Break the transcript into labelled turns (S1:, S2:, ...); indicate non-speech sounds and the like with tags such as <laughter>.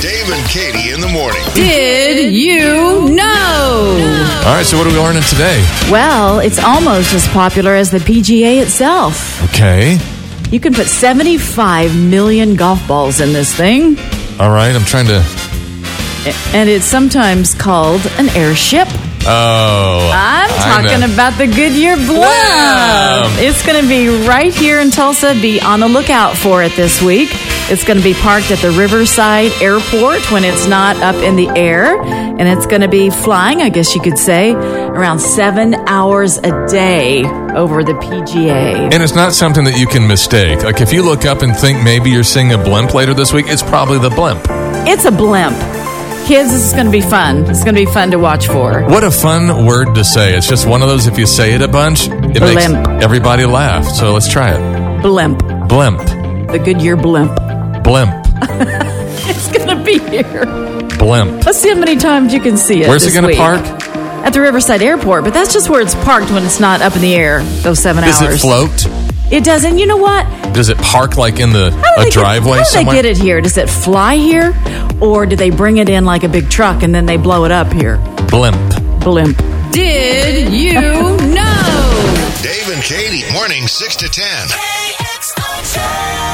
S1: Dave and Katie in the morning.
S2: Did you know?
S3: All right, so what are we learning today?
S2: Well, it's almost as popular as the PGA itself.
S3: Okay.
S2: You can put 75 million golf balls in this thing,
S3: All right, I'm trying to.
S2: a- and it's sometimes called an airship.
S3: Oh.
S2: I'm
S3: I know.
S2: talking about the Goodyear Blimp. It's going to be right here in Tulsa. Be on the lookout for it this week. It's going to be parked at the Riverside Airport when it's not up in the air. And it's going to be flying, I guess you could say, around seven hours a day over the PGA.
S3: And it's not something that you can mistake. Like if you look up and think maybe you're seeing a blimp later this week, it's probably the blimp.
S2: It's a blimp. Kids, this is going to be fun. It's going to be fun to watch for.
S3: What a fun word to say. It's just one of those if you say it a bunch, it makes
S2: Blimp.
S3: everybody laugh. So let's try it.
S2: Blimp.
S3: Blimp.
S2: The Goodyear Blimp. <laughs>
S3: Blimp.
S2: It's going to be here.
S3: Blimp.
S2: Let's see how many times you can see it.
S3: Where's it
S2: this
S3: going to
S2: week.
S3: park?
S2: at the Riverside Airport, but that's just where it's parked when it's not up in the air. Those seven
S3: Does
S2: hours.
S3: it float?
S2: It doesn't. You know what?
S3: Does it park like in the
S2: How do they
S3: a
S2: get-
S3: driveway
S2: how do they
S3: somewhere?
S2: get it here? Does it fly here, or do they bring it in like a big truck and then they blow it up here?
S3: Blimp.
S2: Blimp. Did you know?
S1: Dave and Katie, morning 6 to 10.
S4: KXOJ.